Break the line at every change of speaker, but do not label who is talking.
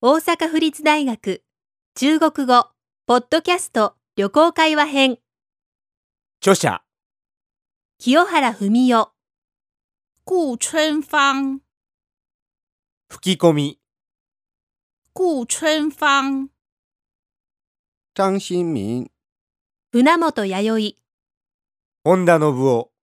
大阪府立大学中国語ポッドキャスト旅行会話編
著者、
清原文夫
顾春芳，
吹き込み、
顾春芳，
张新民、
船本弥生
本田信夫。